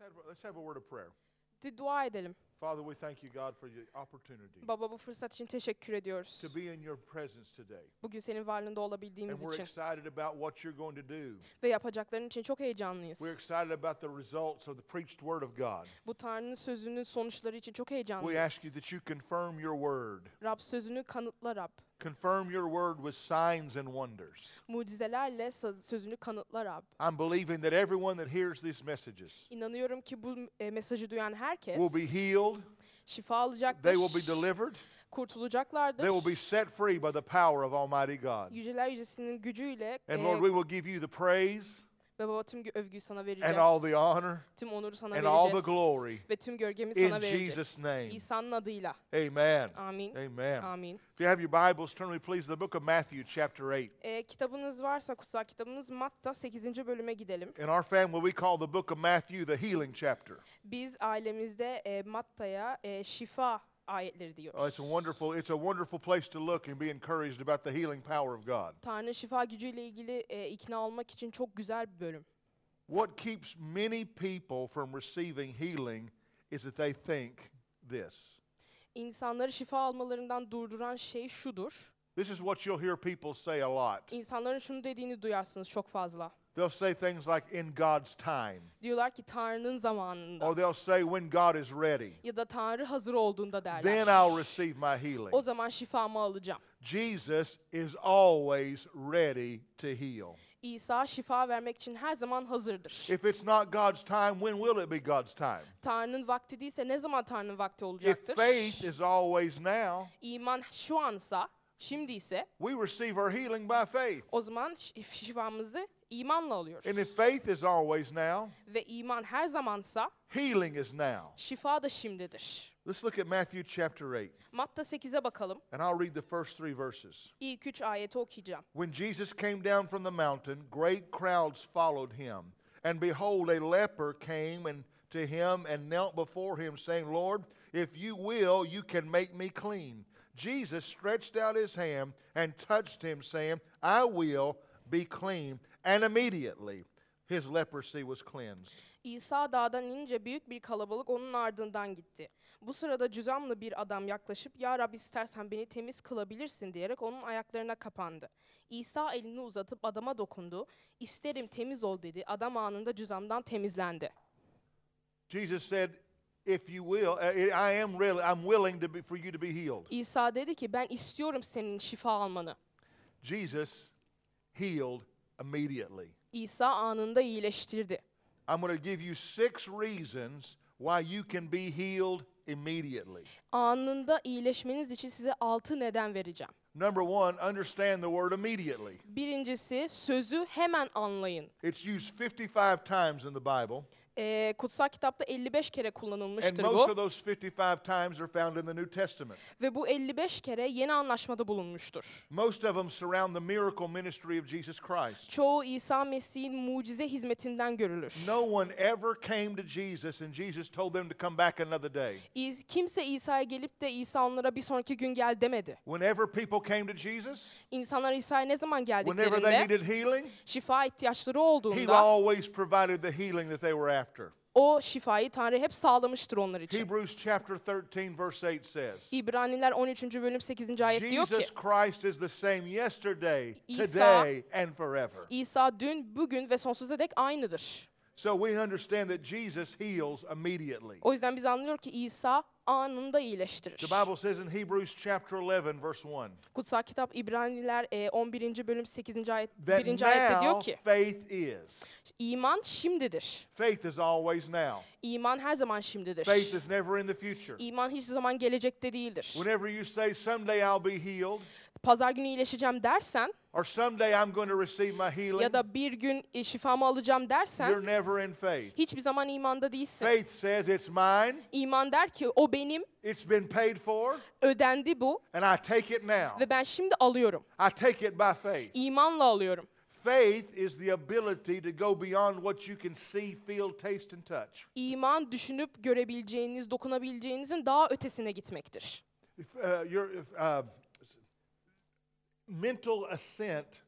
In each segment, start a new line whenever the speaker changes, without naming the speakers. have, let's have a word of prayer.
Di- Dua edelim.
Father, we thank you, God, for the opportunity
Baba bu fırsat için teşekkür ediyoruz.
to be in your presence today.
Bugün senin varlığında
And
olabildiğimiz
we're
için
excited about what you're going to do.
ve yapacakların için çok heyecanlıyız.
We're excited about the results of the preached word of God.
Bu Tanrı'nın sözünün sonuçları için çok
We ask you
heyecanlıyız.
that you confirm your word.
Rab sözünü kanıtla Rab.
Confirm your word with signs and wonders.
Mucizelerle sa- sözünü kanıtla Rab.
I'm believing that everyone that hears these messages
İnanıyorum ki bu e, mesajı duyan herkes
will be healed,
şifa alacaktır,
they will be delivered,
kurtulacaklardır.
they will be set free by the power of Almighty God.
Yüceler Yücesi'nin gücüyle
And
e,
Lord, we will give you the praise
ve baba tüm gö- övgüyü sana vereceğiz.
and all the honor.
tüm onuru sana
and all
vereceğiz.
the glory
ve tüm gölgemi
in
sana vereceğiz.
Jesus' name.
İsa'nın adıyla.
Amen.
Amin.
Amen.
Amin.
If you have your Bibles, turn with me, please, to the book of Matthew, chapter 8.
E, kitabınız varsa kutsal kitabınız Matta 8. bölüme gidelim.
In our family, we call the book of Matthew the healing chapter.
Biz ailemizde e, Matta'ya e, şifa ayetleri
Oh,
diyoruz.
it's a wonderful, it's a wonderful place to look and be encouraged about the healing power of God.
Tanrı şifa gücüyle ilgili e, ikna olmak için çok güzel bir bölüm.
What keeps many people from receiving healing is that they think this.
İnsanları şifa almalarından durduran şey şudur.
This is what you'll hear people say a lot.
İnsanların şunu dediğini duyarsınız çok fazla.
They'll say things like in God's time,
Diyorlar ki Tanrı'nın zamanında
or they'll say when God is ready,
ya da Tanrı hazır olduğunda
then
derler.
I'll receive my healing.
O zaman şifamı alacağım.
Jesus is always ready to heal.
İsa şifa vermek için her zaman hazırdır.
If it's not God's time, when will it be God's time?
Tanrı'nın vakti değilse ne zaman Tanrı'nın vakti
If
olacaktır?
faith is always now,
İman şu ansa, şimdi ise
we receive our healing by faith.
o zaman şi- şifamızı imanla alıyoruz.
And if faith is always now,
Ve iman her zamansa
healing is now.
şifa da şimdidir.
Let's look at Matthew chapter 8,
Matta 8'e bakalım.
and I'll read the first three verses.
İlk 3 ayeti okuyacağım.
When Jesus came down from the mountain, great crowds followed him. And behold, a leper came and to him and knelt before him, saying, Lord, if you will, you can make me clean. Jesus stretched out his hand and touched him, saying, I will be clean. And immediately his leprosy was cleansed.
İsa dağdan inince büyük bir kalabalık onun ardından gitti. Bu sırada cüzamlı bir adam yaklaşıp ''Ya Rab istersen beni temiz kılabilirsin.'' diyerek onun ayaklarına kapandı. İsa elini uzatıp adama dokundu. ''İsterim temiz ol.'' dedi. Adam anında cüzamdan temizlendi.
Jesus said, If you will, I I am really, I'm willing to be, for you to be healed.
İsa dedi ki ben istiyorum senin şifa almanı.
Jesus healed immediately.
İsa anında iyileştirdi.
I'm going to give you six reasons why you can be healed immediately.
Anında iyileşmeniz için size altı neden vereceğim.
Number one, understand the word immediately.
Birincisi sözü hemen anlayın.
It's used 55 times in the Bible,
Ee, kutsal kitapta 55 kere
and
kullanılmıştır
most
bu
of those 55 times are found in the New Testament.
ve bu 55 kere yeni anlaşmada bulunmuştur.
Most of them surround the miracle ministry of Jesus Christ.
Çoğu İsa Mesih'in mucize hizmetinden görülür.
No one ever came to Jesus, and Jesus told them to come back another day.
İz- Kimse İsa'ya gelip de İsa onlara bir sonraki gün gel demedi.
Whenever people came to Jesus,
İnsanlar İsa'ya ne zaman
whenever they
geldiklerinde
needed healing,
şifa ihtiyaçları
He
olduğunda
always provided the healing that they were after.
O şifayı Tanrı hep sağlamıştır onlar için.
Hebrews chapter 13, verse 8 says,
İbraniler 13. bölüm 8. ayet diyor ki
Jesus Christ is the same yesterday,
İsa-
today, and forever.
İsa dün, bugün ve sonsuza dek aynıdır.
So we understand that Jesus heals immediately.
O yüzden biz anlıyoruz ki İsa anında iyileştirir.
The Bible says in Hebrews chapter 11, verse 1,
Kutsal kitap İbraniler e, 11. bölüm 8. ayet
that
1. ayette
now
diyor ki
faith is.
iman şimdidir.
Faith is always now.
İman her zaman şimdidir.
Faith is never in the future.
İman hiç zaman gelecekte değildir.
Whenever you say, someday I'll be healed,
Pazar günü iyileşeceğim dersen
or someday I'm going to receive my healing,
ya da bir gün e, şifamı alacağım
you're
dersen
never in faith.
hiçbir zaman imanda değilsin.
Faith says, it's mine,
İman der ki o benim,
it's been paid for,
ödendi bu
and I take it now.
Ve ben şimdi alıyorum.
I take it by faith.
İmanla alıyorum.
Faith is the ability to go beyond what you can see, feel, taste, and touch.
İman düşünüp görebileceğiniz, dokunabileceğinizin daha ötesine gitmektir.
If, uh, your if, uh, s- mental assent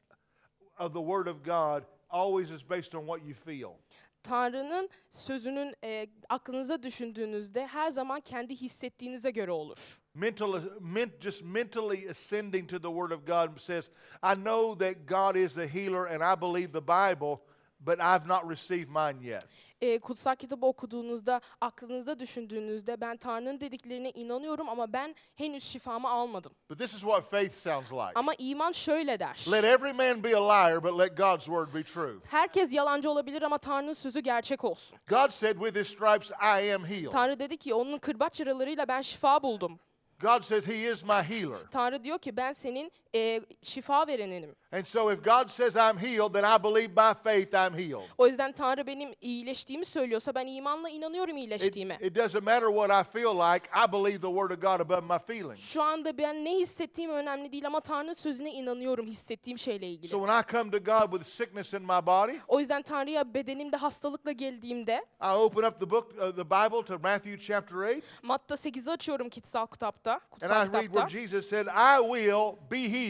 of the Word of God always is based on what you feel.
Tanrı'nın sözünün e, aklınıza düşündüğünüzde her zaman kendi hissettiğinize göre olur.
Mental, uh, men, just mentally ascending to the Word of God says, I know that God is the healer and I believe the Bible, but I've not received mine yet.
E, kutsal kitabı okuduğunuzda, aklınızda düşündüğünüzde ben Tanrı'nın dediklerine inanıyorum ama ben henüz şifamı almadım.
But this is what faith sounds like.
Ama iman şöyle der.
Let every man be a liar, but let God's Word be true.
Herkes yalancı olabilir ama Tanrı'nın sözü gerçek olsun.
God said, With His stripes I am healed.
Tanrı dedi ki onun kırbaç yaralarıyla ben şifa buldum.
God says He is my healer.
Tanrı diyor ki ben senin e, şifa vereninim.
And so if God says I'm healed, then I believe by faith I'm healed.
O yüzden Tanrı benim iyileştiğimi söylüyorsa ben imanla inanıyorum
It,
iyileştiğime.
it doesn't matter what I feel like, I believe the Word of God above my feelings.
Şu anda ben ne hissettiğim önemli değil ama Tanrı'nın sözüne inanıyorum hissettiğim şeyle ilgili.
So when I come to God with sickness in my body,
o yüzden Tanrı'ya bedenimde hastalıkla geldiğimde
I open up the book, uh, the Bible to Matthew chapter 8,
Matta 8'i açıyorum kutsal kitapta,
and I
kutsal
read where
kitapta
Jesus said, I will be healed.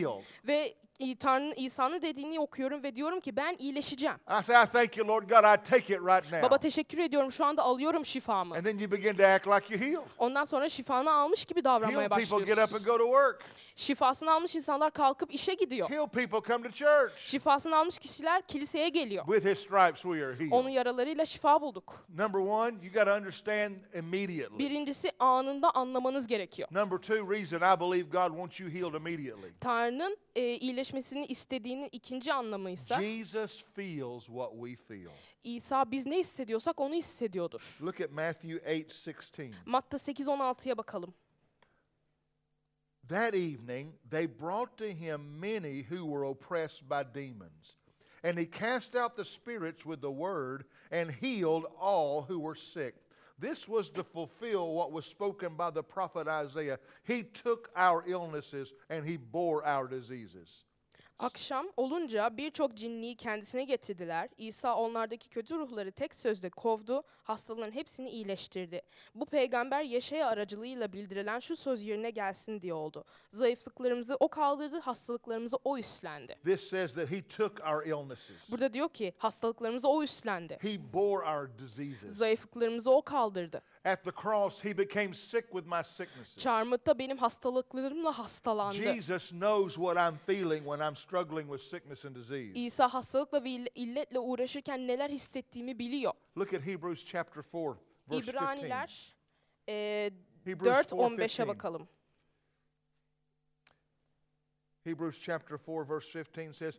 ve İ- Tanrı'nın İsa'nın dediğini okuyorum ve diyorum ki ben iyileşeceğim.
I say, I thank you, Lord God, I take it right now.
Baba teşekkür ediyorum şu anda alıyorum şifamı.
And then you begin to act like you're healed.
Ondan sonra şifanı almış gibi
Healed
davranmaya
people get up and
başlıyorsun.
go to work.
Şifasını almış insanlar kalkıp işe gidiyor.
Healed people come to church.
Şifasını almış kişiler kiliseye geliyor.
With his stripes we are
Onun
healed.
yaralarıyla şifa bulduk.
Number one, you got to understand immediately.
Birincisi anında anlamanız gerekiyor.
Number two, reason I believe God wants you healed immediately.
Tanrı'nın e, iyileşmesini istediğinin ikinci anlamıysa
Şey- Jesus feels what we feel.
İsa biz ne hissediyorsak onu hissediyordur.
Look at Matthew 8 16.
Matta 8-16'ya bakalım.
That evening, they brought to him many who were oppressed by demons. And he cast out the spirits with the word and healed all who were sick. This was to fulfill what was spoken by the prophet Isaiah. He took our illnesses and he bore our diseases.
Akşam olunca birçok cinliği kendisine getirdiler. İsa onlardaki kötü ruhları tek sözle kovdu, hastaların hepsini iyileştirdi. Bu peygamber Yeşaya aracılığıyla bildirilen şu söz yerine gelsin diye oldu. Zayıflıklarımızı o kaldırdı, hastalıklarımızı o üstlendi.
This says that he took our illnesses,
Burada diyor ki hastalıklarımızı o üstlendi.
he bore our diseases.
Zayıflıklarımızı o kaldırdı.
At the cross, he became sick with my sicknesses.
Çarmıhta benim hastalıklarımla hastalandı.
Jesus knows what I'm feeling when I'm struggling with sickness and disease.
İsa hastalıkla ve ill- illetle uğraşırken neler hissettiğimi biliyor.
Look at Hebrews chapter 4, verse 15.
İbraniler eee
Hebrews
4.15'e
4:15.
bakalım.
Hebrews chapter 4, verse 15 says,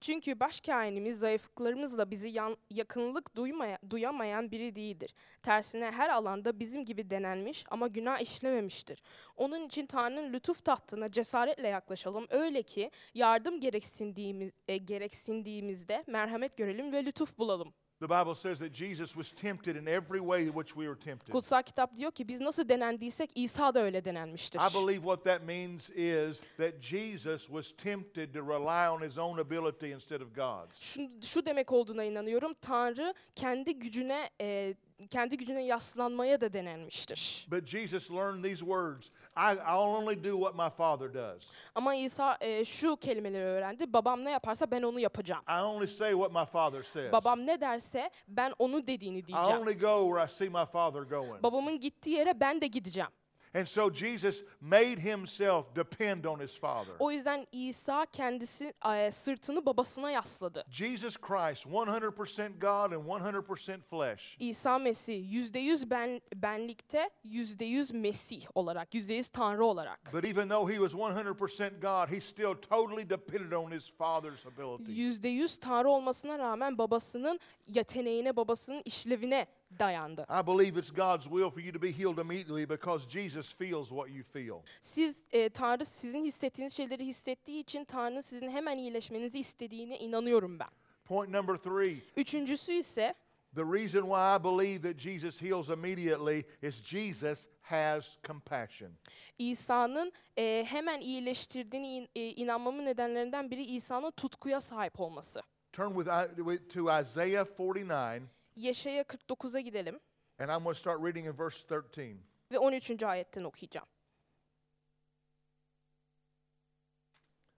Çünkü başkâhinimiz zayıflıklarımızla bizi yan- yakınlık duymaya, duyamayan biri değildir. Tersine her alanda bizim gibi denenmiş ama günah işlememiştir. Onun için Tanrı'nın lütuf tahtına cesaretle yaklaşalım. Öyle ki yardım gereksindiğimiz, e, gereksindiğimizde merhamet görelim ve lütuf bulalım.
The Bible says that Jesus was tempted in every way in which we were tempted.
Kutsal kitap diyor ki biz nasıl denendiysek İsa da öyle denenmiştir.
I believe what that means is that Jesus was tempted to rely on his own ability instead of God's.
Şu, şu demek olduğuna inanıyorum. Tanrı kendi gücüne e, kendi gücüne yaslanmaya da denenmiştir.
But Jesus learned these words I, I'll only do what my Father does.
Ama İsa e, şu kelimeleri öğrendi. Babam ne yaparsa ben onu yapacağım.
I only say what my Father says.
Babam ne derse ben onu dediğini
I
diyeceğim.
only go where I see my Father going.
Babamın gittiği yere ben de gideceğim.
And so Jesus made himself depend on his Father.
O yüzden İsa kendisi e, sırtını babasına yasladı.
Jesus Christ, 100% God and 100% flesh.
İsa Mesih %100 ben, benlikte %100 Mesih olarak, %100 Tanrı olarak.
But even though he was 100% God, he still totally depended on his Father's ability.
%100 Tanrı olmasına rağmen babasının yeteneğine, babasının işlevine dayandı.
I believe it's God's will for you to be healed immediately because Jesus feels what you feel.
Siz e, Tanrı sizin hissettiğiniz şeyleri hissettiği için Tanrı'nın sizin hemen iyileşmenizi istediğine inanıyorum ben.
Point number three
Üçüncüsü ise
the reason why I believe that Jesus heals immediately is Jesus has compassion.
İsa'nın e, hemen iyileştirdiğine in- e, inanmamın nedenlerinden biri İsa'nın tutkuya sahip olması.
Turn with, I- with- to Isaiah 49,
Yeşaya 49'a gidelim
and I'm going to start reading in verse 13.
ve 13. ayetten okuyacağım.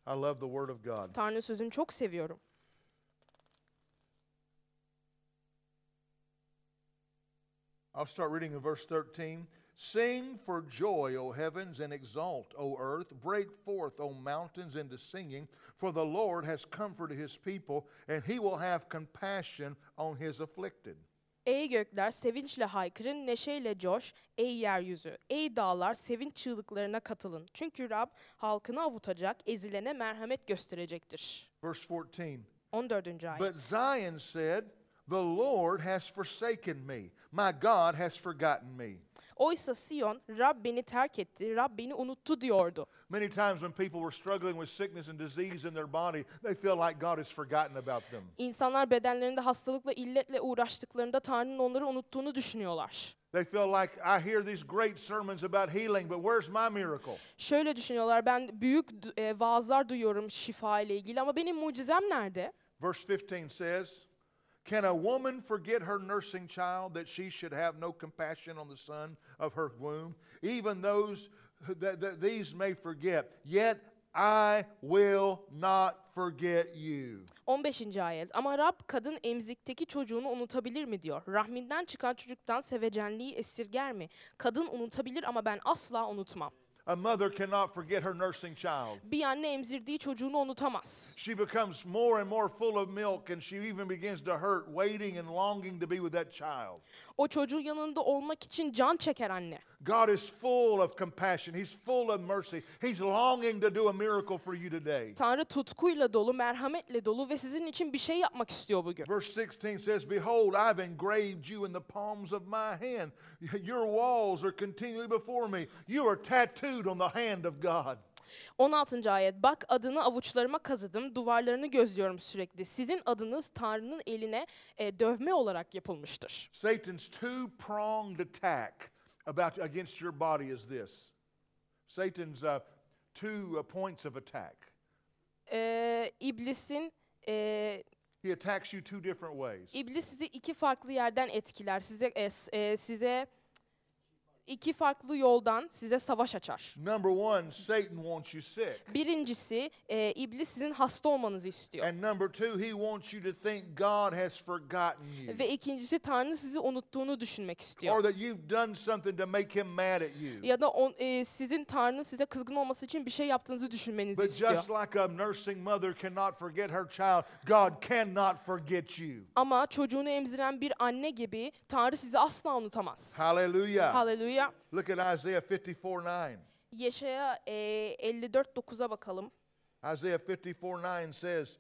I love the Word of God.
Tanrı sözünü çok seviyorum.
I'll start reading in verse 13. Sing for joy, O heavens, and exult, O earth. Break forth, O mountains, into singing, for the Lord has comforted his people, and he will have compassion on his afflicted.
Ey gökler sevinçle haykırın, neşeyle coş, ey yeryüzü. Ey dağlar sevinç çığlıklarına katılın. Çünkü Rab halkını avutacak, ezilene merhamet gösterecektir.
Verse 14.
14. ayet.
But Zion said, The Lord has forsaken me, my God has forgotten me.
Oysa Siyon, Rab beni terk etti, Rab beni unuttu diyordu.
Many times when people were struggling with sickness and disease in their body, they feel like God has forgotten about them.
İnsanlar bedenlerinde hastalıkla, illetle uğraştıklarında Tanrı'nın onları unuttuğunu düşünüyorlar.
They feel like I hear these great sermons about healing, but where's my miracle?
Şöyle düşünüyorlar, ben büyük du- e, vaazlar duyuyorum şifa ile ilgili ama benim mucizem nerede?
Verse 15 says, Can a woman forget her nursing child that she should have no compassion on the son of her womb? Even those who- that, that these may forget, yet I will not forget you.
15. ayet. Ama Rab kadın emzikteki çocuğunu unutabilir mi diyor. Rahminden çıkan çocuktan sevecenliği esirger mi? Kadın unutabilir ama ben asla unutmam.
A mother cannot forget her nursing child.
Bir anne emzirdiği çocuğunu unutamaz.
She becomes more and more full of milk, and she even begins to hurt, waiting and longing to be with that child.
O çocuğun yanında olmak için can çeker anne.
God is full of compassion, He's full of mercy. He's longing to do a miracle for you today.
Tanrı tutkuyla dolu, merhametle dolu ve sizin için bir şey yapmak istiyor bugün.
Verse 16 says, Behold, I've engraved you in the palms of my hand. Your walls are continually before me. You are tattooed on the hand of God.
16. ayet. Bak adını avuçlarıma kazıdım, duvarlarını gözlüyorum sürekli. Sizin adınız Tanrı'nın eline e, dövme olarak yapılmıştır.
Satan's two pronged attack about, against your body is this Satan's uh, two uh, points of attack.
Ee, iblisin e,
He attacks you two different ways.
İblis sizi iki farklı yerden etkiler. Size e, s- e, size iki farklı yoldan size savaş açar.
Number one, Satan wants you sick.
Birincisi e, iblis sizin hasta olmanızı istiyor.
And number two, he wants you to think God has forgotten you
Ve ikincisi Tanrı sizi unuttuğunu düşünmek
or
istiyor.
that you've done something to make him mad at you.
Ya da on, e, sizin Tanrı'nın size kızgın olması için bir şey yaptığınızı düşünmenizi
But
istiyor.
just like a nursing mother cannot forget her child, God cannot forget you.
Ama çocuğunu emziren bir anne gibi Tanrı sizi asla unutamaz.
Hallelujah.
Haleluya.
Look at Isaiah 54 9.
Yeşaya e, 54.9'a bakalım.
Isaiah 54 9 says,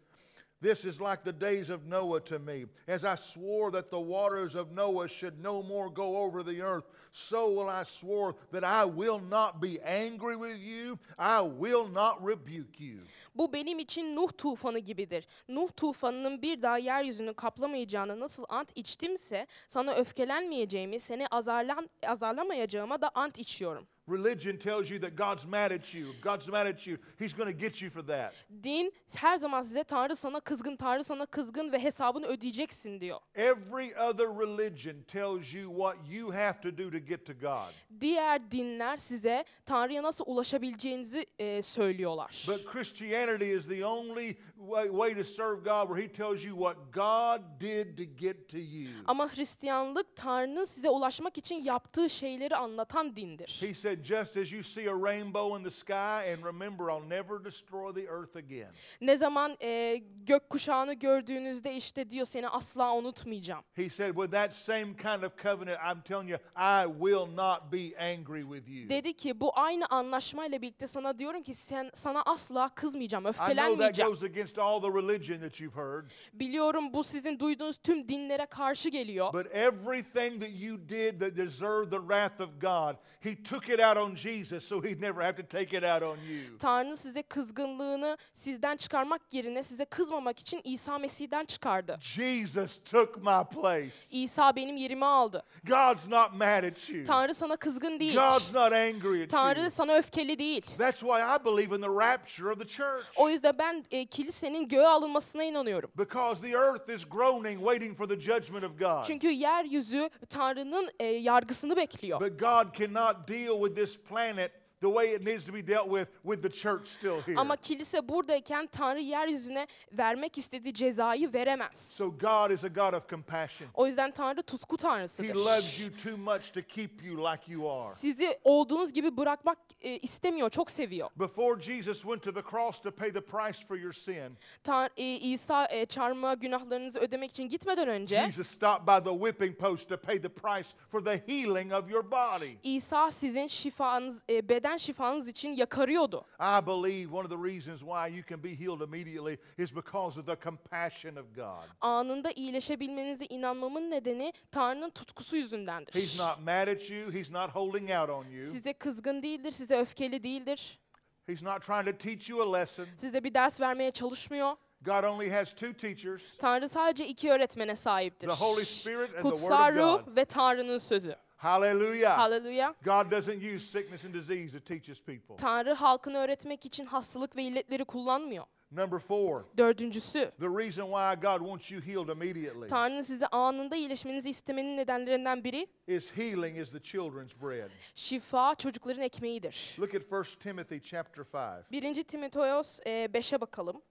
This is like the days of Noah to me. As I swore that the waters of Noah should no more go over the earth, so will I swore that I will not be angry with you, I will not rebuke you.
Bu benim için Nuh tufanı gibidir. Nuh tufanının bir daha yeryüzünü kaplamayacağını nasıl ant içtimse sana öfkelenmeyeceğimi, seni azarlan, azarlamayacağıma da ant içiyorum.
Religion tells you that God's mad at you. If God's mad at you, He's going to get you for that.
Din her zaman size Tanrı sana kızgın, Tanrı sana kızgın ve hesabını ödeyeceksin diyor.
Every other religion tells you what you have to do to get to God.
Diğer dinler size Tanrı'ya nasıl ulaşabileceğinizi e, söylüyorlar.
But Christianity is the only way, way to serve God where He tells you what God did to get to you.
Ama Hristiyanlık Tanrı'nın size ulaşmak için yaptığı şeyleri anlatan dindir.
He said, Just as you see a rainbow in the sky, and remember, I'll never destroy the earth again.
Ne zaman e, gök kuşağını gördüğünüzde işte diyor seni asla unutmayacağım.
He said, With that same kind of covenant, I'm telling you, I will not be angry with you.
Dedi ki bu aynı anlaşmayla birlikte sana diyorum ki sen sana asla kızmayacağım,
I know that
öfkelenmeyeceğim.
goes against all the religion that you've heard,
Biliyorum bu sizin duyduğunuz tüm dinlere karşı geliyor.
but everything that you did that deserved the wrath of God, He took it out on Jesus so He'd never have to take it out on you.
Tanrı size kızgınlığını sizden çıkarmak yerine size kızmamak için İsa Mesih'den çıkardı.
Jesus took my place.
İsa benim yerimi aldı.
God's not mad at you.
Tanrı sana kızgın değil.
God's not angry at you.
Tanrı sana öfkeli değil.
That's why I believe in the rapture of the church.
O yüzden ben e, kilis- kilisenin göğe alınmasına inanıyorum.
Because the earth is groaning, waiting for the judgment of God.
Çünkü yeryüzü Tanrı'nın e, yargısını bekliyor.
But God cannot deal with this planet the way it needs to be dealt with with the church still here.
Ama kilise buradayken Tanrı yeryüzüne vermek istediği cezayı veremez.
So God is a God of compassion.
O yüzden Tanrı tutku
He
tanrısıdır.
loves you too much to keep you like you are.
Sizi olduğunuz gibi bırakmak e, istemiyor, çok seviyor.
Before Jesus went to the cross to pay the price for your sin,
Tan- e, İsa e, çarmıha günahlarınızı ödemek için gitmeden önce
Jesus stopped by the whipping post to pay the price for the healing of your body.
İsa sizin şifanız, e, beden şifanız için yakarıyordu.
I believe one of the reasons why you can be healed immediately is because of the compassion of God.
Anında iyileşebilmenize inanmamın nedeni Tanrı'nın tutkusu
He's
yüzündendir.
not mad at you, He's not holding out on you,
Size kızgın değildir, size öfkeli değildir.
He's not trying to teach you a lesson.
Size bir ders vermeye çalışmıyor.
God only has two teachers
Tanrı sadece iki öğretmene sahiptir.
the Holy Spirit and the
Kutsal
Word of
Ruh
God.
ve Tanrı'nın sözü.
Hallelujah.
Haleluya.
God doesn't use sickness and disease to teach his people.
Tanrı halkını öğretmek için hastalık ve illetleri kullanmıyor.
Number four,
Dördüncüsü,
the reason why God wants you healed immediately
Tanrı'nın size anında iyileşmenizi istemenin nedenlerinden biri
is healing is the children's bread.
şifa çocukların ekmeğidir.
Look at 1 Timothy chapter 5.
1. Timoteos e, 5'e bakalım.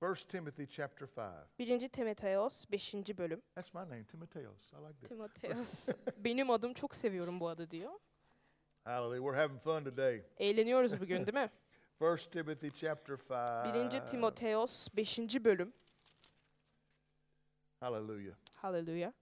1 Timothy chapter 5.
1. Timoteos 5. bölüm.
That's my name, Timotheos. I like that.
Timoteos. Benim adım çok seviyorum bu adı diyor.
Hallelujah. We're having fun today.
Eğleniyoruz bugün değil mi?
1 Timothy chapter 5.
1. Timoteos 5. bölüm.
Hallelujah.
Hallelujah.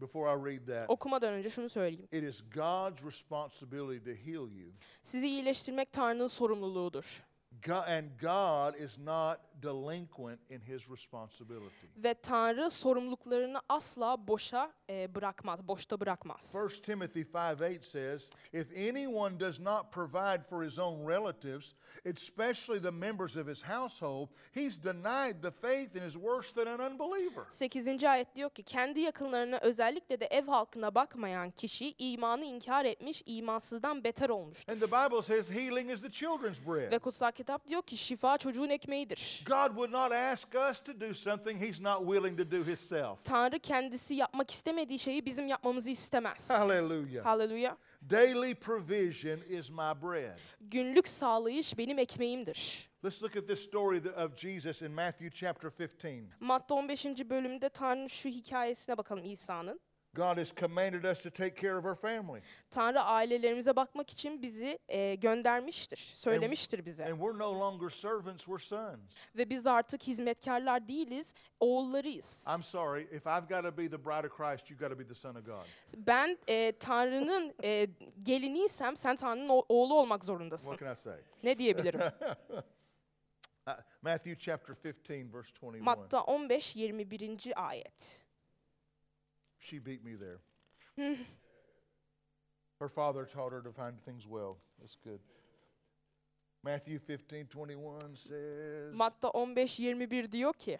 Before I read that,
Okumadan önce şunu söyleyeyim.
it is God's responsibility to heal you.
Sizi iyileştirmek Tanrı'nın sorumluluğudur.
Go- and God is not delinquent in his responsibility.
Ve Tanrı sorumluluklarını asla boşa e, bırakmaz, boşta bırakmaz.
1 Timothy 5:8 says, "If anyone does not provide for his own relatives, especially the members of his household, he's denied the faith and is worse than an unbeliever."
8. ayet diyor ki kendi yakınlarına özellikle de ev halkına bakmayan kişi imanı inkar etmiş, imansızdan beter olmuştur.
And the Bible says healing is the children's
Ve
bread.
kutsal kitap diyor ki şifa çocuğun ekmeğidir.
God would not ask us to do something he's not willing to do himself.
Tanrı kendisi yapmak istemediği şeyi bizim yapmamızı istemez.
Hallelujah.
Haleluya.
Daily provision is my bread.
Günlük sağlayış benim ekmeğimdir.
Let's look at this story th- of Jesus in Matthew chapter 15.
Matta 15. bölümde Tanrı şu hikayesine bakalım İsa'nın.
God has commanded us to take care of our family.
Tanrı ailelerimize bakmak için bizi e, göndermiştir, söylemiştir bize.
And we're no longer servants, we're sons.
Ve biz artık hizmetkarlar değiliz, oğullarıyız.
I'm sorry, if I've got to be the bride of Christ, you've got to be the son of God.
Ben e, Tanrı'nın e, geliniysem sen Tanrı'nın o- oğlu olmak zorundasın.
What can I say?
Ne diyebilirim?
Uh, Matthew chapter 15, verse 21.
Matta 15-21. ayet.
She beat me there. her father taught her to find things well. That's good. Matthew 15, 21 says,
Matta 15-21 diyor ki,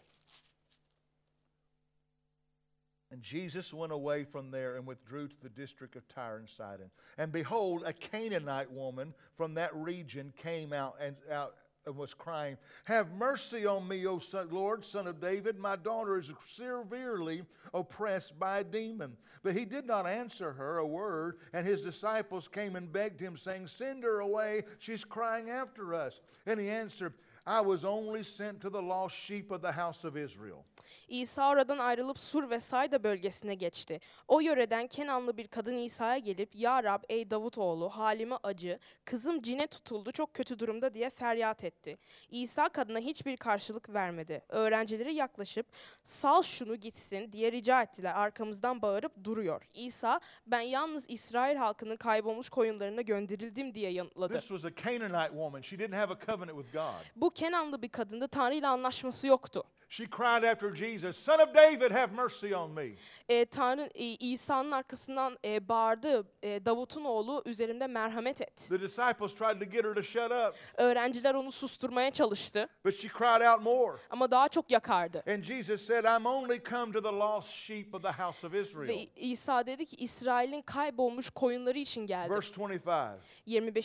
And Jesus went away from there and withdrew to the district of Tyre and Sidon. And behold, a Canaanite woman from that region came out and out and was crying, "Have mercy on me, O son, Lord, son of David! My daughter is severely oppressed by a demon." But he did not answer her a word. And his disciples came and begged him, saying, "Send her away; she's crying after us." And he answered, "I was only sent to the lost sheep of the house of Israel."
İsa oradan ayrılıp Sur ve Sayda bölgesine geçti. O yöreden Kenanlı bir kadın İsa'ya gelip Ya Rab ey Davutoğlu halime acı, kızım cine tutuldu çok kötü durumda diye feryat etti. İsa kadına hiçbir karşılık vermedi. Öğrencileri yaklaşıp sal şunu gitsin diye rica ettiler. Arkamızdan bağırıp duruyor. İsa ben yalnız İsrail halkının kaybolmuş koyunlarına gönderildim diye yanıtladı.
This was a Canaanite woman. She didn't have a covenant with God.
Bu Kenanlı bir kadında Tanrı ile anlaşması yoktu.
She cried after Jesus, Son of David, have mercy on me.
e, Tanrı e, İsa'nın arkasından e, bağırdı e, Davut'un oğlu üzerimde merhamet et.
The disciples tried to get her to shut up,
Öğrenciler onu susturmaya çalıştı
but she cried out more.
ama daha çok yakardı.
And Jesus said, I'm only come to the lost sheep of the house of
Ve
Israel.
İ- İsa dedi ki İsrail'in kaybolmuş koyunları için geldim.
Verse 25.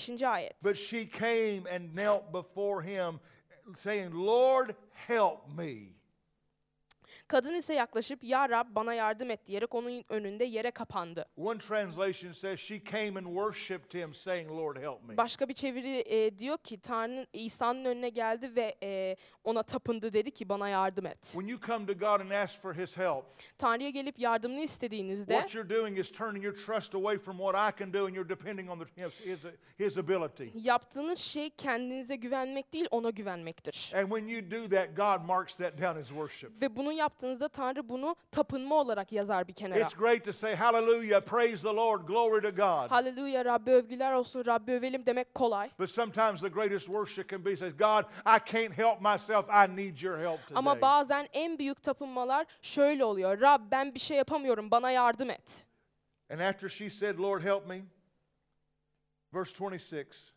25. ayet.
But she came and knelt before him, saying, Lord, help me.
Kadın ise yaklaşıp Ya Rab bana yardım et diyerek onun önünde yere kapandı.
One translation says she came and worshiped him, saying, Lord, help me.
Başka bir çeviri e, diyor ki Tanrı'nın İsa'nın önüne geldi ve e, ona tapındı dedi ki bana yardım et.
When you come to God and ask for his help,
Tanrı'ya gelip yardımını istediğinizde
what you're doing is turning your trust away from what I can do and you're depending on the, his, his, his ability.
yaptığınız şey kendinize güvenmek değil ona güvenmektir.
And when you do that, God marks that down as worship.
Ve bunu yaptığınızda Tanrı bunu tapınma olarak yazar bir kenara.
It's great to say, Hallelujah, praise the Lord, glory to God.
Haleluya Rabbi övgüler olsun Rabbi övelim demek kolay.
But sometimes the greatest worship can be says, God, I can't help myself. I need your help today.
Ama bazen en büyük tapınmalar şöyle oluyor. Rab ben bir şey yapamıyorum bana yardım et.
and after she said, Lord, help me, verse 26,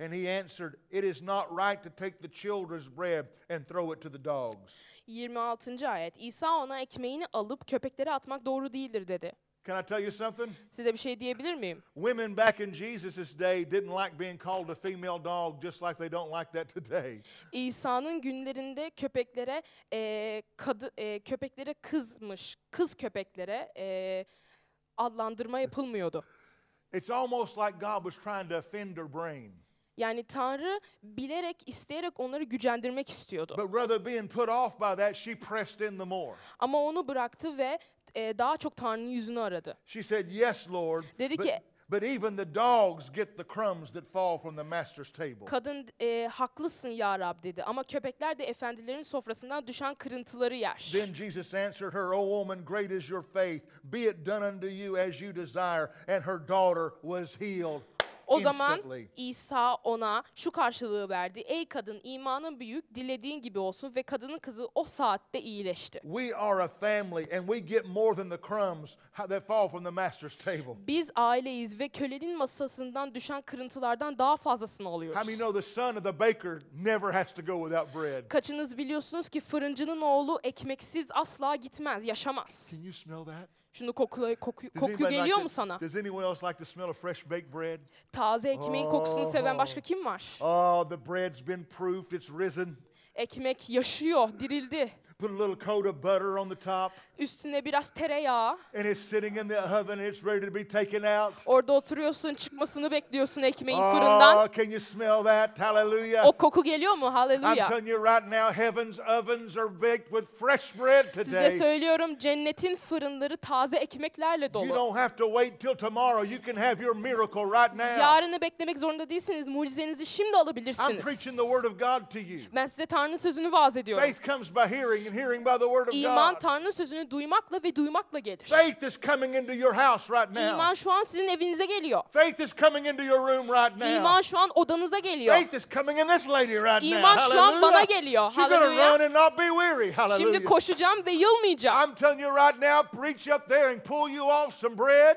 and he answered, It is not right to take the children's bread and throw it to the dogs.
26. ayet İsa ona ekmeğini alıp köpeklere atmak doğru değildir dedi.
Can I tell you something?
Size bir şey diyebilir miyim?
Women back in Jesus' day didn't like being called a female dog, just like they don't like that today.
İsa'nın günlerinde köpeklere eee, kadı, eee, köpeklere kızmış, kız köpeklere eee, adlandırma yapılmıyordu.
It's almost like God was trying to offend her brain.
Yani Tanrı bilerek, isteyerek onları gücendirmek istiyordu.
But rather being put off by that, she pressed in the more.
Ama onu bıraktı ve eee, daha çok Tanrı'nın yüzünü aradı.
She said, Yes, Lord.
Dedi ki-
But, but even the dogs get the crumbs that fall from the master's table.
Kadın eee, haklısın ya Rab dedi ama köpekler de efendilerin sofrasından düşen kırıntıları yer.
Then Jesus answered her, O woman, great is your faith. Be it done unto you as you desire. And her daughter was healed
O zaman
instantly.
İsa ona şu karşılığı verdi. Ey kadın imanın büyük dilediğin gibi olsun ve kadının kızı o saatte iyileşti.
We are a family and we get more than the crumbs ho- that fall from the master's table.
Biz aileyiz ve kölenin masasından düşen kırıntılardan daha fazlasını
How many
alıyoruz.
know the son of the baker never has to go without bread?
Kaçınız biliyorsunuz ki fırıncının oğlu ekmeksiz asla gitmez, yaşamaz.
Can you smell that?
Şunu kokula, koku,
Does
koku
anybody like
geliyor
the-
mu sana?
Does anyone else like the smell of fresh baked bread?
Taze ekmeğin kokusunu seven başka kim var?
Oh, the bread's been proofed, it's risen.
Ekmek yaşıyor, dirildi.
Put a little coat of butter on the top,
Üstüne biraz tereyağı.
and it's sitting in the oven and it's ready to be taken out.
Orada oturuyorsun, çıkmasını bekliyorsun ekmeğin fırından.
Oh, can you smell that? Hallelujah.
O koku geliyor mu?
I'm
Haleluya.
telling you right now, heaven's ovens are baked with fresh bread
Size
today.
söylüyorum cennetin fırınları taze ekmeklerle
You
dolu.
don't have to wait till tomorrow. You can have your miracle right now.
Yarını beklemek zorunda değilsiniz. Mucizenizi şimdi
I'm preaching the
alabilirsiniz.
word of God to you.
Ben size Tanrı'nın sözünü vaaz ediyorum.
Faith comes by hearing, and hearing by the word of
İman
God.
Tanrı'nın sözünü duymakla ve duymakla gelir.
Faith is coming into your house right now.
İman şu an sizin evinize geliyor.
Faith is coming into your room right now.
İman şu an odanıza geliyor.
Faith is coming in this lady right
İman
now.
şu an bana
Hallelujah.
geliyor.
She's gonna
Hallelujah.
run and not be weary. Hallelujah.
Şimdi koşacağım ve yılmayacağım.
I'm telling you right now, preach up there and pull you off some bread.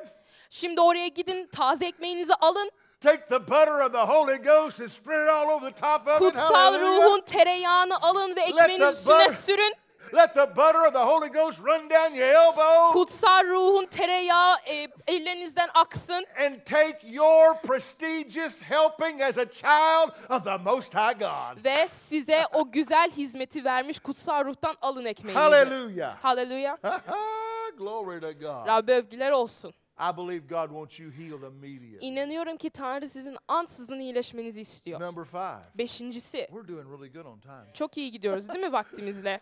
Şimdi oraya gidin taze ekmeğinizi alın.
Take the butter of the Holy Ghost and spread it all over the top of it.
Kutsal
Hallelujah.
ruhun tereyağını alın ve ekmeğinizin üstüne
butter-
sürün.
Let the butter of the Holy Ghost run down your elbow
Kutsal ruhun tereyağı e, ellerinizden aksın
and take your prestigious helping as a child of the Most High God.
ve size o güzel hizmeti vermiş kutsal ruhtan alın ekmeğinizi.
Hallelujah.
Haleluya.
Glory to God.
Rabbe övgüler olsun.
I believe God wants you healed immediately.
İnanıyorum ki Tanrı sizin ansızın iyileşmenizi istiyor.
Number five.
Beşincisi.
We're doing really good on time.
Çok iyi gidiyoruz değil mi vaktimizle?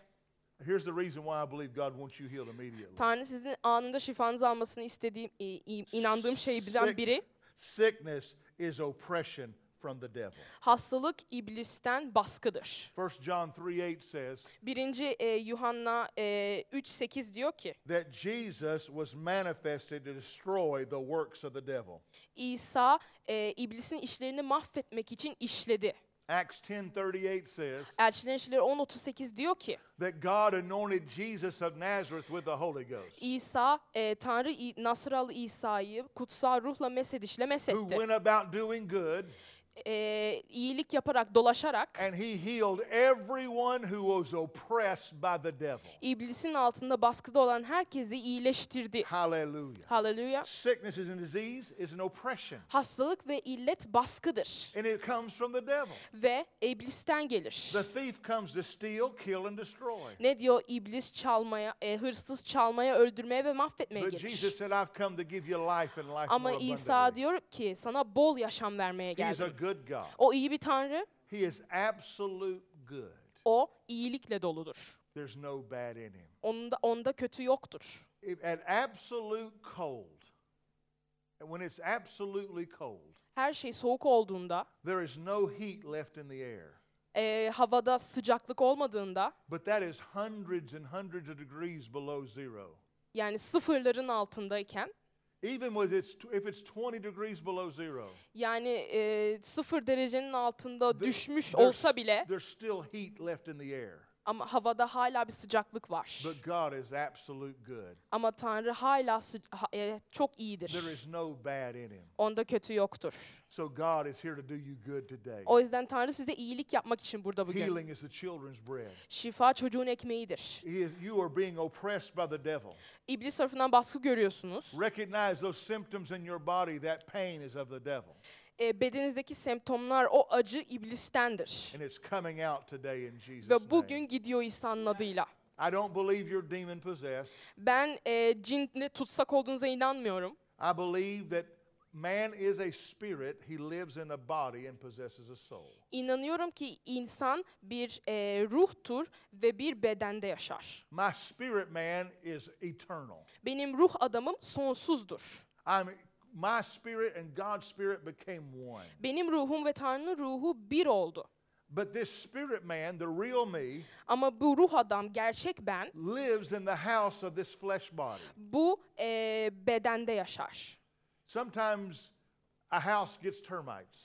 Here's the reason why I believe God wants you healed immediately.
Tanrı sizin anında şifanızı almasını istediğim, e, i- inandığım şeyden
Sick-
biri.
Sickness is oppression from the devil.
Hastalık iblisten baskıdır.
1 John 3 8 says
Birinci e, Yuhanna e, 3.8 diyor ki,
that Jesus was manifested to destroy the works of the devil.
İsa e, iblisin işlerini mahvetmek için işledi.
Acts 10 38 says
Elçilerin İşleri 10.38 diyor ki
that God anointed Jesus of Nazareth with the Holy Ghost,
İsa, e, Tanrı İ- Nasralı İsa'yı kutsal ruhla mesedişle
who
mesetti.
went about doing good
eee, iyilik yaparak, dolaşarak
and he healed everyone who was oppressed by the devil.
iblisin altında baskıda olan herkesi iyileştirdi.
Hallelujah.
Hallelujah.
Sicknesses and disease is an oppression,
Hastalık ve illet baskıdır
and it comes from the devil.
ve iblisten gelir.
The thief comes to steal, kill, and destroy.
Ne diyor iblis çalmaya, e, hırsız çalmaya, öldürmeye ve mahvetmeye
But
gelir.
Jesus said, I've come to give you life and life
Ama
more
İsa
abundantly.
diyor ki sana bol yaşam vermeye
He's a
geldim.
good God.
O iyi bir tanrı,
He is absolute good.
o iyilikle doludur.
There's no bad in him.
Onda, onda kötü yoktur.
If- An absolute cold, and when it's absolutely cold,
Her şey soğuk olduğunda,
there is no heat left in the air.
e, havada sıcaklık olmadığında,
But that is hundreds and hundreds of degrees below zero.
yani sıfırların altındayken,
Even with its, tw- if it's 20 degrees below zero,
yani e, sıfır derecenin altında
th-
düşmüş
there's-
olsa bile
there's still heat left in the air.
ama havada hala bir sıcaklık var.
But God is absolute good.
Ama Tanrı hala sı- ha- e, çok iyidir.
There is no bad in him.
Onda kötü yoktur.
So God is here to do you good today.
O yüzden Tanrı size iyilik yapmak için burada bugün.
Healing is the children's bread.
Şifa çocuğun ekmeğidir.
He is, you are being oppressed by the devil.
İblis tarafından baskı görüyorsunuz.
Recognize those symptoms in your body. That pain is of the devil.
E, bedenizdeki semptomlar o acı iblistendir.
And it's coming out today in Jesus'
Ve
name.
bugün gidiyor İsa'nın adıyla.
I don't believe you're demon possessed.
Ben e, cinle tutsak olduğunuza inanmıyorum.
I believe that man is a spirit. He lives in a body and possesses a soul.
İnanıyorum ki insan bir e, ruhtur ve bir bedende yaşar.
My spirit man is eternal.
Benim ruh adamım sonsuzdur.
I'm my spirit and God's spirit became one.
Benim ruhum ve Tanrı'nın ruhu bir oldu.
But this spirit man, the real me,
Ama bu ruh adam, gerçek ben,
lives in the house of this flesh body.
bu e, bedende yaşar.
Sometimes a house gets termites.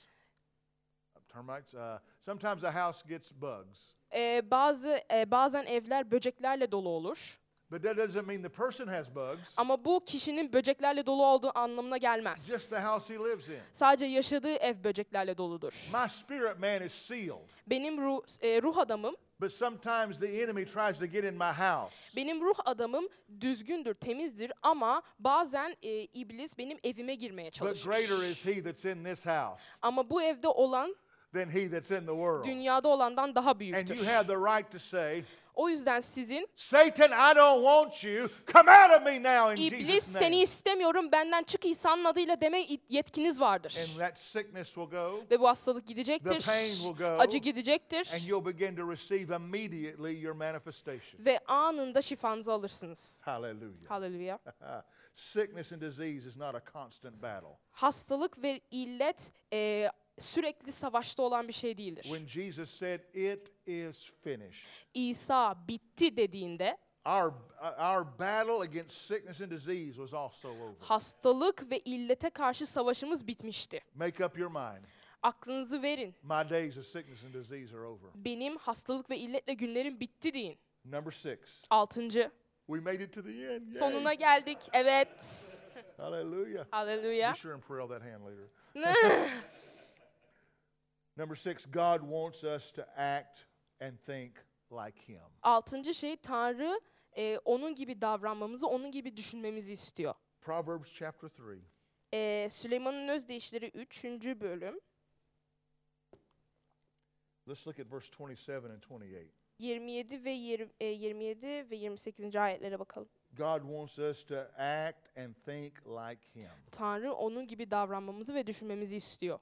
Termites. Uh, sometimes a house gets bugs.
E, bazı e, bazen evler böceklerle dolu olur.
But that doesn't mean the person has bugs.
Ama bu kişinin böceklerle dolu olduğu anlamına
Just
gelmez.
the house he lives in.
Sadece yaşadığı ev böceklerle doludur.
My spirit man is sealed.
Benim ruh, e, ruh adamım,
But sometimes the enemy tries to get in my house.
benim ruh adamım düzgündür, temizdir ama bazen e, iblis benim evime girmeye
But greater is
çalışır.
he that's in this house
Ama bu evde olan
than he that's in the world.
dünyada olandan daha
And
büyüktür.
you have the right to say,
O yüzden sizin
Satan, I don't want you. Come out of me now in
İblis
Jesus'
seni
name.
istemiyorum benden çık İsa'nın adıyla deme it- yetkiniz vardır.
And that sickness will go,
Ve bu hastalık gidecektir.
The pain will go.
Acı gidecektir.
and you'll begin to receive immediately your manifestation.
Ve anında şifanızı alırsınız.
Hallelujah. Uh,
Hallelujah.
Sickness and disease is not a constant battle.
Hastalık ve illet eee, sürekli savaşta olan bir şey değildir.
When Jesus said, It is finished,
İsa bitti dediğinde
our, uh, our battle against sickness and disease was also over.
hastalık ve illete karşı savaşımız bitmişti.
Make up your mind.
Aklınızı verin.
My days of sickness and disease are over.
Benim hastalık ve illetle günlerim bitti deyin.
Number six,
Altıncı.
we made it to the end. Yay.
Sonuna geldik. Evet.
Hallelujah.
Hallelujah.
Be sure and pray all that hand later. Number six, God wants us to act and think like Him.
Altıncı şey Tanrı e, onun gibi davranmamızı, onun gibi düşünmemizi istiyor.
Proverbs chapter 3.
E, Süleyman'ın Özdeyişleri 3. bölüm
Let's look at verse 27 and 28.
27 ve yirmi- e, 27 ve 28. ayetlere bakalım.
God wants us to act and think like Him.
Tanrı onun gibi davranmamızı ve düşünmemizi istiyor.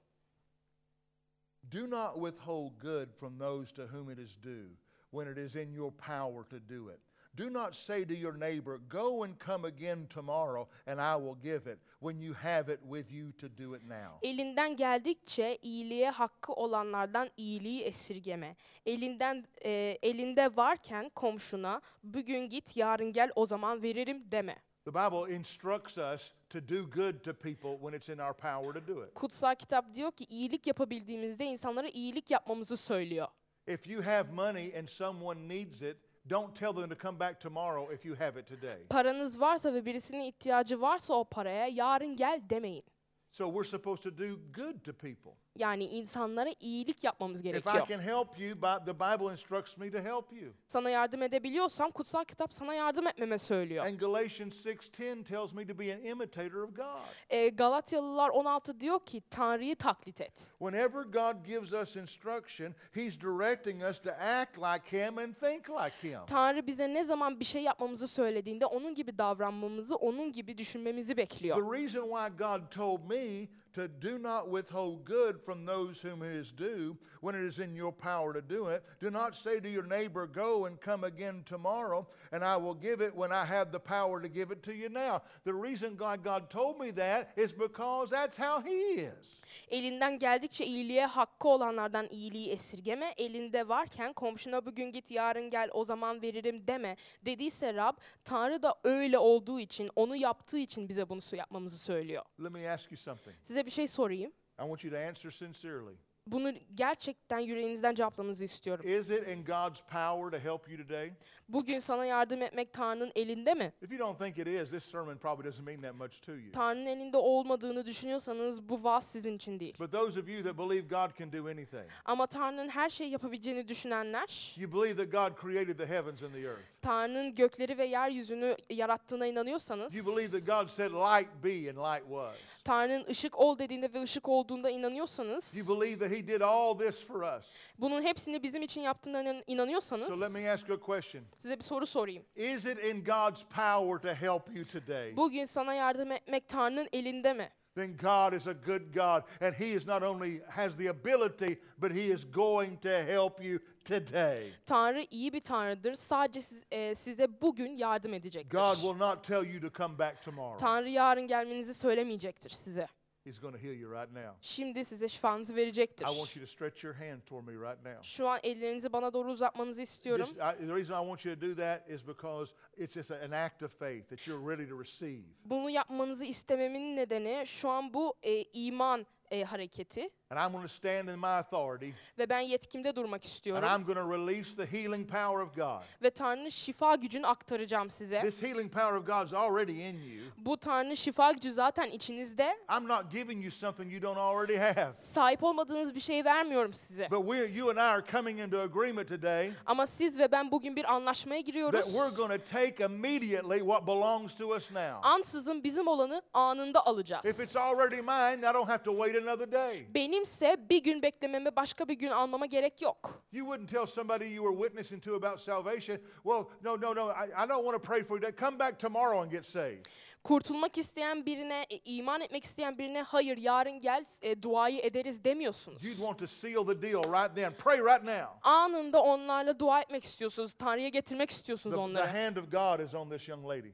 Do not withhold good from those to whom it is due when it is in your power to do it. Do not say to your neighbor, Go and come again tomorrow, and I will give it, when you have it with you to do it now.
Elinden geldikçe iyiliğe hakkı olanlardan iyiliği esirgeme. Elinden e, elinde varken komşuna bugün git yarın gel o zaman veririm deme.
The Bible instructs us to do good to people when it's in our power to do it.
Kutsal kitap diyor ki iyilik yapabildiğimizde insanlara iyilik yapmamızı söylüyor.
If you have money and someone needs it, don't tell them to come back tomorrow if you have it today.
Paranız varsa ve birisinin ihtiyacı varsa o paraya yarın gel demeyin.
So we're supposed to do good to people.
Yani insanlara iyilik yapmamız
If I
gerekiyor.
can help you, Bi- the Bible instructs me to help you.
Sana yardım edebiliyorsam kutsal kitap sana yardım etmeme söylüyor.
And Galatians 6:10 tells me to be an imitator of God.
Ee, Galatyalılar 16 diyor ki Tanrı'yı taklit et.
Whenever God gives us instruction, He's directing us to act like Him and think like Him.
Tanrı bize ne zaman bir şey yapmamızı söylediğinde onun gibi davranmamızı, onun gibi düşünmemizi
The
bekliyor.
reason why God told me to do not withhold good from those whom it is due when it is in your power to do it, do not say to your neighbor, Go and come again tomorrow, and I will give it when I have the power to give it to you now. The reason God, God told me that is because that's how He is.
Elinden geldikçe iyiliğe hakkı olanlardan iyiliği esirgeme. Elinde varken komşuna bugün git yarın gel o zaman veririm deme dediyse Rab Tanrı da öyle olduğu için onu yaptığı için bize bunu su- yapmamızı söylüyor.
Let me ask you something.
Size bir şey sorayım.
I want you to answer sincerely.
Bunu gerçekten yüreğinizden cevaplamanızı istiyorum.
Is it in God's power to help you today?
Bugün sana yardım etmek Tanrı'nın elinde mi?
If you don't think it is, this sermon probably doesn't mean that much to you.
Tanrı'nın elinde olmadığını düşünüyorsanız bu vaaz sizin için değil.
But those of you that believe God can do anything,
Ama Tanrı'nın her şeyi yapabileceğini düşünenler,
you believe that God created the heavens and the earth.
Tanrı'nın gökleri ve yeryüzünü yarattığına inanıyorsanız,
You believe that God said, Light be, and light was.
Tanrı'nın ışık ol dediğinde ve ışık olduğunda inanıyorsanız,
You believe that He did all this for us.
bunun hepsini bizim için yaptığına inan-
So let
inanıyorsanız,
me ask you a question
size bir soru sorayım.
Is it in God's power to help you today?
Bugün sana yardım etmek Tanrı'nın elinde mi?
Then God is a good God, and He is not only has the ability, but He is going to help you today.
Tanrı iyi bir Tanrı'dır. Sadece siz- e, size bugün yardım edecektir.
God will not tell you to come back tomorrow.
Tanrı yarın gelmenizi söylemeyecektir size.
He's going to heal you right now.
Şimdi size şifanızı verecektir.
I want you to stretch your hand toward me right now.
Şu an ellerinizi bana doğru uzatmanızı istiyorum.
Just, I, the reason I want you to do that is because it's just an act of faith that you're ready to receive.
Bunu yapmanızı istememin nedeni şu an bu e, iman e, hareketi
And I'm going to stand in my authority
ve ben yetkimde durmak
and
istiyorum
I'm going to release the healing power of God.
ve Tanrı'nın şifa gücünü aktaracağım size.
This healing power of God's already in you.
Bu Tanrı'nın şifa gücü zaten içinizde.
I'm not giving you something you don't already have.
Sahip olmadığınız bir şey vermiyorum size.
But we're, you and I are coming into agreement today
Ama siz ve ben bugün bir anlaşmaya
that
giriyoruz.
we're going to take immediately what belongs to us now.
Ansızın bizim olanı anında
If
alacağız.
it's already mine, I don't have to wait another day.
Benimse bir gün beklememe başka bir gün almama gerek yok.
You wouldn't tell somebody you were witnessing to about salvation, well, no, no, no, I, I don't want to pray for you. today. Come back tomorrow and get saved.
Kurtulmak isteyen birine, e, iman etmek isteyen birine hayır yarın gel e, duayı ederiz demiyorsunuz.
You'd want to seal the deal right then. Pray right now.
Anında onlarla dua etmek istiyorsunuz. Tanrı'ya getirmek istiyorsunuz
The, the
onları.
hand of God is on this young lady.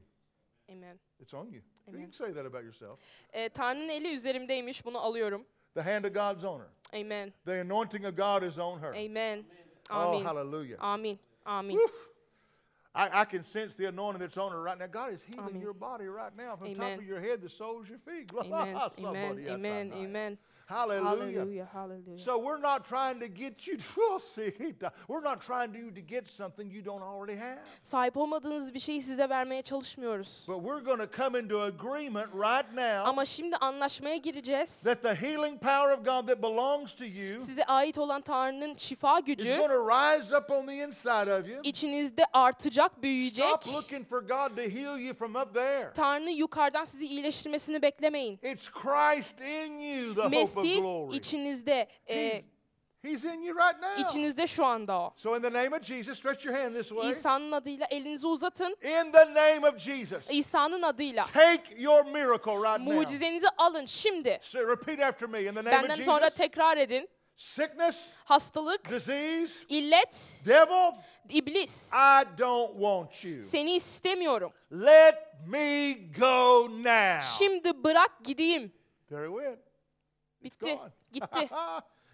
Amen.
It's on you. You can say that about yourself.
E, Tanrı'nın eli üzerimdeymiş. Bunu alıyorum.
The hand of God's on her.
Amen.
The anointing of God is on her.
Amen.
Oh,
Amin.
hallelujah.
Amin. Amin.
I, I can sense the anointing that's on her right now. God is healing your body right now from top
Amen.
of your head, the soles of your feet.
Amen. Amen.
Somebody at
Amen.
that night.
Amen.
Hallelujah.
Hallelujah. Hallelujah.
So we're not trying to get you. We'll see. We're not trying to to get something you don't already have.
Sahip olmadığınız bir şeyi size vermeye çalışmıyoruz.
But we're going to come into agreement right now
Ama şimdi anlaşmaya gireceğiz.
that the healing power of God that belongs to you
Size ait olan Tanrı'nın şifa
is
gücü
going to rise up on the inside of you.
içinizde artacak, büyüyecek.
Stop looking for God to heal you from up there.
Tanrı yukarıdan sizi iyileştirmesini beklemeyin.
It's Christ in you, the hope of
Mesih
glory.
içinizde, e,
He's, he's in you right now.
içinizde şu anda o.
So in the name of Jesus, stretch your hand this way.
İsa'nın adıyla elinizi uzatın.
In the name of Jesus,
İsa'nın adıyla
take your miracle right now.
mucizenizi alın şimdi.
So repeat after me in the name of
Benden sonra
Jesus.
tekrar edin.
Sickness,
Hastalık,
disease,
illet,
devil,
iblis.
I don't want you.
Seni istemiyorum.
Let me go now.
Şimdi bırak gideyim.
There it went. It's
Bitti.
gone.
Gitti.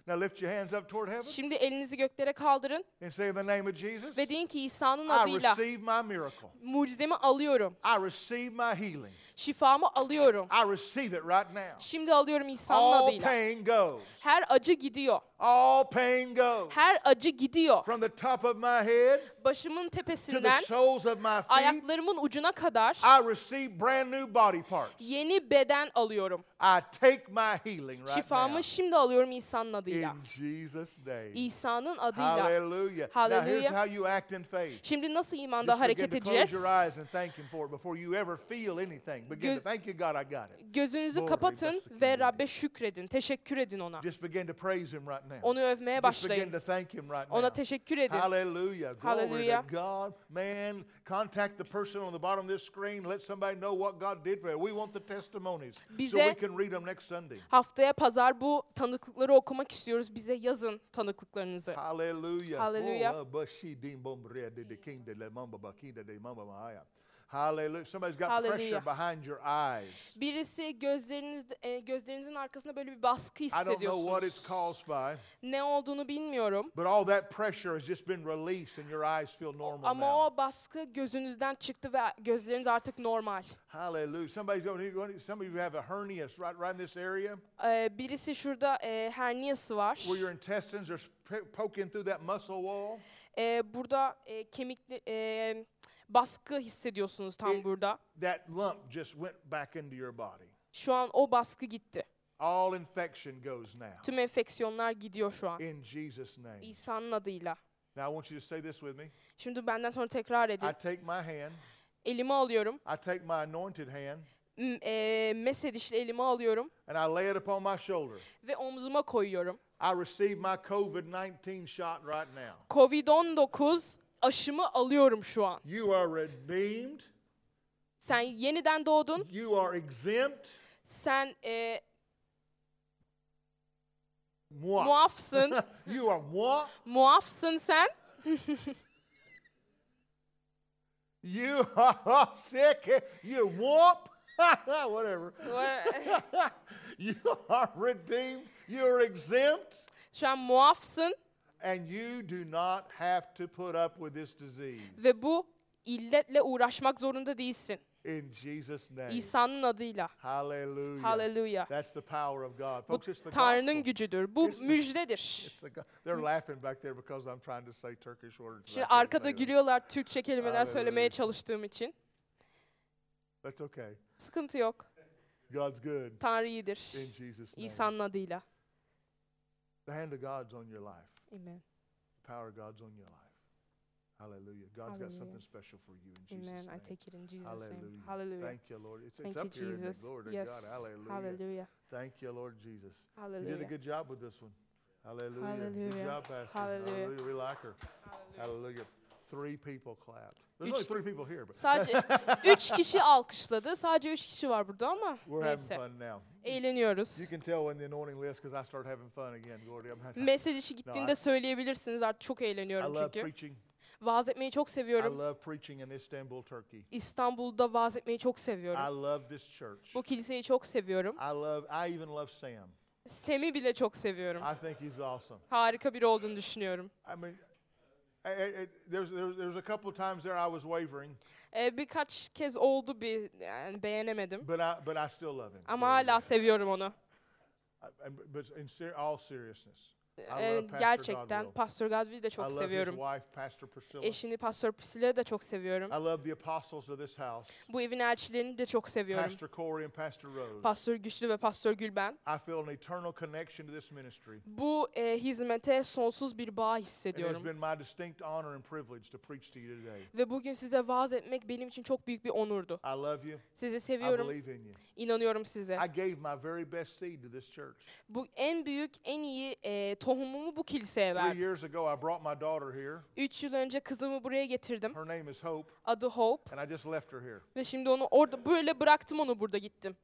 now lift your hands up toward heaven
Şimdi elinizi göklere kaldırın
and say in the name of Jesus,
ve deyin ki İsa'nın
I
adıyla
receive my miracle.
mucizemi alıyorum.
I receive my healing.
Şifamı alıyorum.
I receive it right now.
Şimdi alıyorum İsa'nın
All
adıyla.
pain goes.
Her acı gidiyor.
All pain goes
Her acı gidiyor.
from the top of my head
Başımın
to the
tepesinden
soles of my feet.
ayaklarımın ucuna kadar
I receive brand new body parts.
yeni beden alıyorum.
I take my healing right
Şifamı şimdi alıyorum İsa'nın
now.
adıyla.
In Jesus' name.
İsa'nın adıyla.
Hallelujah. Now here's
Hallelujah.
how you act in faith.
Şimdi nasıl imanda
Just begin
hareket
to close
edeceğiz?
your eyes and thank Him for it before you ever feel anything. Begin to
Göz-
thank you, God, I got it.
Gözünüzü
Glory,
kapatın
that's the
ve
kingdom.
Rab'be şükredin. Teşekkür edin ona.
Just begin to praise Him right now.
Onu övmeye
Just begin
başlayın.
to thank Him right
Ona
now.
teşekkür edin.
Hallelujah. Glory
Hallelujah.
to God. Man, contact the person on the bottom of this screen. Let somebody know what God did for you. We want the testimonies so we
Bize-
can read them next Sunday.
Haftaya pazar bu tanıklıkları okumak istiyoruz. Bize yazın tanıklıklarınızı.
Hallelujah.
Hallelujah.
Oh, uh, but she deem bom brea de de king de le mamba ba king de de mamba mahaya. Hallelujah. Somebody's got pressure
Hallelujah.
behind your eyes.
Birisi gözleriniz e, gözlerinizin arkasında böyle bir baskı
I don't know what it's
hissediyorsunuz.
caused by,
Ne olduğunu bilmiyorum.
but all that pressure has just been released and your eyes feel normal
Ama
now.
o baskı gözünüzden çıktı ve gözleriniz artık normal.
Hallelujah. Somebody's going some of you have a hernia right right in this area
Ee, birisi şurada e, herniyası var.
where your intestines are sp- poking through that muscle wall.
Ee, burada e, kemikli e, baskı hissediyorsunuz
E-
tam burada.
That lump just went back into your body.
Şu an o baskı gitti.
All infection goes now.
Tüm enfeksiyonlar gidiyor şu an.
In Jesus' name.
İsa'nın adıyla.
Now I want you to say this with me.
Şimdi benden sonra tekrar edin.
I take my hand,
Elimi alıyorum.
I take my anointed hand,
M- e, mesedişli elimi alıyorum
and I lay it upon my shoulder.
ve omzuma koyuyorum.
I receive my COVID 19 shot right now.
Covid-19 aşımı alıyorum şu an.
You are redeemed,
Sen yeniden doğdun.
you are exempt.
Sen e,
Moi.
muafsın.
you are moi.
muafsın sen.
You are sick. You're whoop. Whatever. you are redeemed. You're exempt.
şu an muafsın
And you do not have to put up with this disease.
ve bu illetle uğraşmak zorunda değilsin.
In Jesus' name.
İsa'nın adıyla.
Hallelujah.
Hallelujah.
That's the power of God.
Bu
Folks, it's the
Tanrı'nın
gospel.
gücüdür. Bu
It's the-
müjdedir.
It's the go- They're laughing back there because I'm trying to say Turkish words. and
Şimdi
I can't
arkada
say them.
gülüyorlar Türkçe kelimeler
Hallelujah.
söylemeye çalıştığım için.
That's okay.
Sıkıntı yok.
God's good.
Tanrı iyidir.
In Jesus' name.
İsa'nın adıyla.
The hand of God's on your life.
Amen.
The power of God's on your life. Hallelujah. God's got something special for you in Jesus'
Amen.
name.
I take it in Jesus' name.
Hallelujah.
Hallelujah.
Thank you, Lord. It's,
Thank
it's
you,
up here. Isn't
Jesus.
it? Glory to
Yes.
God. Hallelujah.
Hallelujah.
Thank you, Lord Jesus. You did a
Hallelujah.
good job with this one. Hallelujah. Good
Hallelujah.
job, Pastor.
Hallelujah.
We like her. Hallelujah. Three people clapped. There's only
Üç-
three people here, but
Sadece 3 kişi alkışladı. Sadece 3 kişi var burada ama
we're having
neyse.
fun now.
Eğleniyoruz.
You can tell when the anointing lifts because I start having fun again, Gordy. I'm not-
Mesaj işi
I-
gittiğinde söyleyebilirsiniz. Artık çok
I
eğleniyorum
love
çünkü.
preaching.
Vaaz etmeyi çok
I
seviyorum.
love preaching in Istanbul, Turkey.
İstanbul'da vaaz etmeyi çok
I
seviyorum.
love this church.
Bu kiliseyi çok seviyorum.
I love. I even love Sam.
Sem'i bile çok seviyorum.
I think he's awesome.
Harika biri olduğunu düşünüyorum.
I mean, I, I, I, there's there, there's a couple times there I was wavering,
Ee, birkaç kez oldu bir yani beğenemedim.
but I but I still love him.
Ama
Glory to
hala seviyorum onu. Ee,
God. I- I- but in ser- all seriousness, I
Ee,
love Pastor
gerçekten
Godwill.
Pastor Godwill'i de
I
çok
love his
seviyorum.
wife, Pastor Priscilla.
Eşini Pastor Priscilla'yı da çok seviyorum.
I love the apostles of this house,
Bu evin elçilerini de çok seviyorum.
Pastor Corey and Pastor Rose.
Pastor Güçlü ve Pastor Gülben.
I feel an eternal connection to this ministry.
Bu e, hizmete sonsuz bir bağ
And it's
hissediyorum.
been my distinct honor and privilege to preach to you today.
Ve bugün size vaaz etmek benim için çok büyük bir onurdu.
I love you.
Sizi
I
seviyorum,
believe in you.
inanıyorum size.
I gave my very best seed to this church.
Bu en büyük, en iyi e, tohumumu bu kiliseye
Three
verdim.
years ago, I brought my daughter here.
Üç yıl önce kızımı buraya getirdim.
Her name is Hope,
Adı Hope.
and I just left her here.
Ve şimdi onu orada böyle bıraktım onu burada gittim.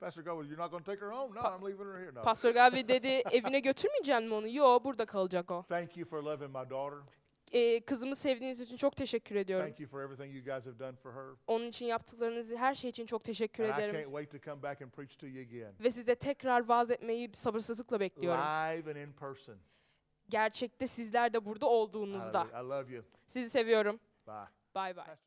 Pastor Gold, you're not going to take her home? No,
Pa-
I'm leaving her here. No.
Pastor Gavi dedi evine götürmeyecek mi onu? Yo burada kalacak o.
Thank you for loving my daughter.
E, kızımı sevdiğiniz için çok teşekkür ediyorum.
Thank you for everything you guys have done for her.
Onun için yaptıklarınızı her şey için çok teşekkür
And I
ederim.
can't wait to come back and preach to you again,
Ve size tekrar vaaz etmeyi sabırsızlıkla bekliyorum.
live and in person.
Gerçekte sizler de burada olduğunuzda.
Hallelujah. I love you.
Sizi seviyorum.
Bye.
Bay bay.